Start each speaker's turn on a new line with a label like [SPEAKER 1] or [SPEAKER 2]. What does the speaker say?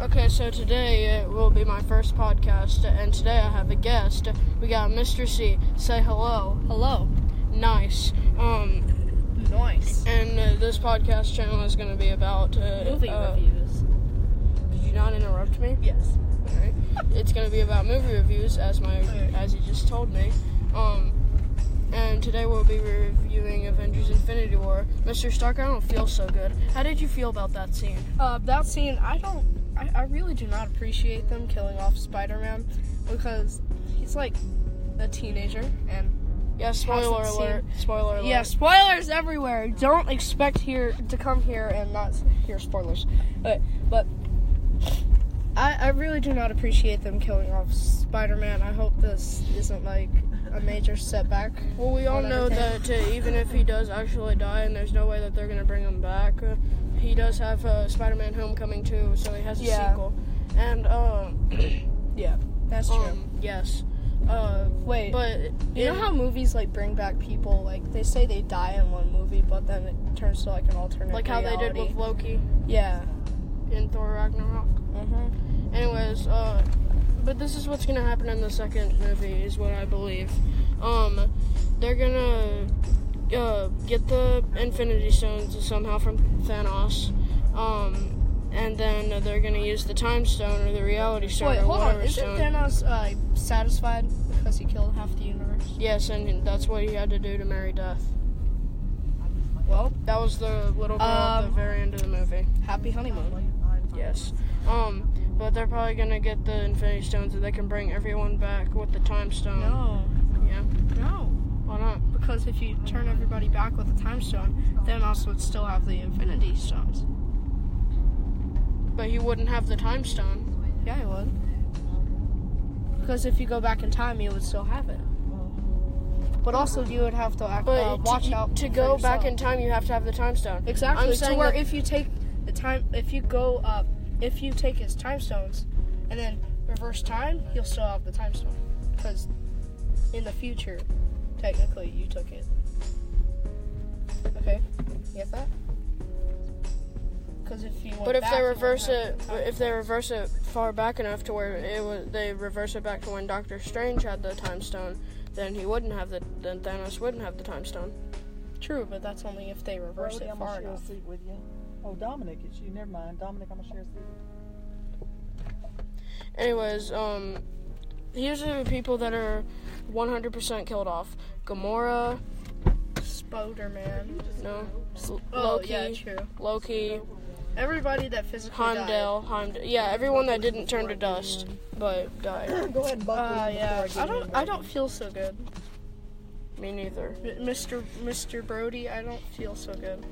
[SPEAKER 1] Okay, so today it will be my first podcast, and today I have a guest. We got Mr. C. Say hello.
[SPEAKER 2] Hello.
[SPEAKER 1] Nice. Um,
[SPEAKER 2] Nice.
[SPEAKER 1] and uh, this podcast channel is going to be about uh,
[SPEAKER 2] Movie
[SPEAKER 1] uh,
[SPEAKER 2] reviews.
[SPEAKER 1] Did you not interrupt me?
[SPEAKER 2] Yes.
[SPEAKER 1] Okay. It's going to be about movie reviews, as my
[SPEAKER 2] Alright.
[SPEAKER 1] as you just told me. Um, and today we'll be reviewing Avengers: Infinity War. Mr. Stark, I don't feel so good. How did you feel about that scene?
[SPEAKER 2] Uh, that scene, I don't, I, I really do not appreciate them killing off Spider-Man because he's like a teenager and
[SPEAKER 1] Yeah, spoiler
[SPEAKER 2] Hasn't
[SPEAKER 1] alert. Spoiler alert.
[SPEAKER 2] yeah, spoilers everywhere. Don't expect here to come here and not hear spoilers. But, but I, I really do not appreciate them killing off Spider-Man. I hope this isn't like a major setback.
[SPEAKER 1] Well, we all
[SPEAKER 2] on
[SPEAKER 1] know that
[SPEAKER 2] everything.
[SPEAKER 1] uh, even if he does actually die, and there's no way that they're gonna bring him back, uh, he does have uh, Spider-Man: Homecoming too, so he has a
[SPEAKER 2] Yeah.
[SPEAKER 1] sequel. And um,
[SPEAKER 2] Yeah, that's true.
[SPEAKER 1] um yes, uh,
[SPEAKER 2] Wait,
[SPEAKER 1] but
[SPEAKER 2] You know
[SPEAKER 1] in-
[SPEAKER 2] how movies like bring back people like they say they die in one movie, but then it turns to like an alternate.
[SPEAKER 1] like how they did with
[SPEAKER 2] reality.
[SPEAKER 1] Loki
[SPEAKER 2] yeah.
[SPEAKER 1] in Thor Ragnarok.
[SPEAKER 2] Mhm.
[SPEAKER 1] Anyways, uh, but this is what's gonna happen in the second movie, is what I believe. Um, they're gonna uh, get the Infinity Stones somehow from Thanos. Um, and then they're gonna use the Time Stone or the Reality Stone
[SPEAKER 2] Wait,
[SPEAKER 1] or
[SPEAKER 2] hold
[SPEAKER 1] whatever
[SPEAKER 2] on. Isn't
[SPEAKER 1] stone.
[SPEAKER 2] Thanos uh, satisfied because he killed half the universe?
[SPEAKER 1] yes, and that's what he had to do to marry Death.
[SPEAKER 2] Well,
[SPEAKER 1] That was the little girl at the
[SPEAKER 2] Um,
[SPEAKER 1] very end of the movie.
[SPEAKER 2] happy honeymoon.
[SPEAKER 1] Yes. Um, but they're probably gonna get the Infinity Stones, and they can bring everyone back with the Time Stone.
[SPEAKER 2] No,
[SPEAKER 1] Yeah.
[SPEAKER 2] no,
[SPEAKER 1] Why not?
[SPEAKER 2] because if you turn everybody back with the time stone, Thanos would still have the Infinity Stones.
[SPEAKER 1] But he wouldn't have the time stone.
[SPEAKER 2] Yeah, he would. Because if you go back in time, you would still have it. But also, you would have to act,
[SPEAKER 1] But
[SPEAKER 2] uh,
[SPEAKER 1] to-
[SPEAKER 2] watch
[SPEAKER 1] to,
[SPEAKER 2] out for
[SPEAKER 1] go back
[SPEAKER 2] yourself.
[SPEAKER 1] in time, you have to have the time stone.
[SPEAKER 2] Exactly.
[SPEAKER 1] I'm
[SPEAKER 2] so
[SPEAKER 1] saying
[SPEAKER 2] where
[SPEAKER 1] that-
[SPEAKER 2] if you take the time, if you go up, if you take his time stones, and then reverse time, you'll still have the time stone, because in the future, technically, you took it. Okay, you get that? Because if you went
[SPEAKER 1] But if
[SPEAKER 2] back,
[SPEAKER 1] they
[SPEAKER 2] you wouldn't
[SPEAKER 1] reverse
[SPEAKER 2] have
[SPEAKER 1] it,
[SPEAKER 2] the time
[SPEAKER 1] if they
[SPEAKER 2] stone.
[SPEAKER 1] reverse it far back enough to where it was, they reverse it back to when Doctor Strange had the time stone, then he wouldn't have the, then Thanos wouldn't have the time stone.
[SPEAKER 2] true, but that's only if they reverse
[SPEAKER 3] Brody,
[SPEAKER 2] it
[SPEAKER 3] I'm gonna
[SPEAKER 2] far
[SPEAKER 3] share a
[SPEAKER 2] enough.
[SPEAKER 3] seat with you. Oh, Dominic, it's you. Never mind, Dominic. I'm gonna share a seat.
[SPEAKER 1] Anyways, um, here's the people that are 100% killed off: Gamora,
[SPEAKER 2] Spider Man.
[SPEAKER 1] no, L-
[SPEAKER 2] Oh
[SPEAKER 1] Loki,
[SPEAKER 2] yeah, true.
[SPEAKER 1] Loki,
[SPEAKER 2] Everybody that physically died.
[SPEAKER 1] Heimdall, Heimdall, yeah, everyone that didn't turn to dust but died.
[SPEAKER 3] Go ahead and buckle
[SPEAKER 2] Uh,
[SPEAKER 3] in
[SPEAKER 2] yeah.
[SPEAKER 3] before
[SPEAKER 2] I
[SPEAKER 3] I get in
[SPEAKER 2] don't.
[SPEAKER 3] there.
[SPEAKER 2] I don't feel so good.
[SPEAKER 1] Me neither.
[SPEAKER 2] M- Mr. Mr. Brody, I don't feel so good.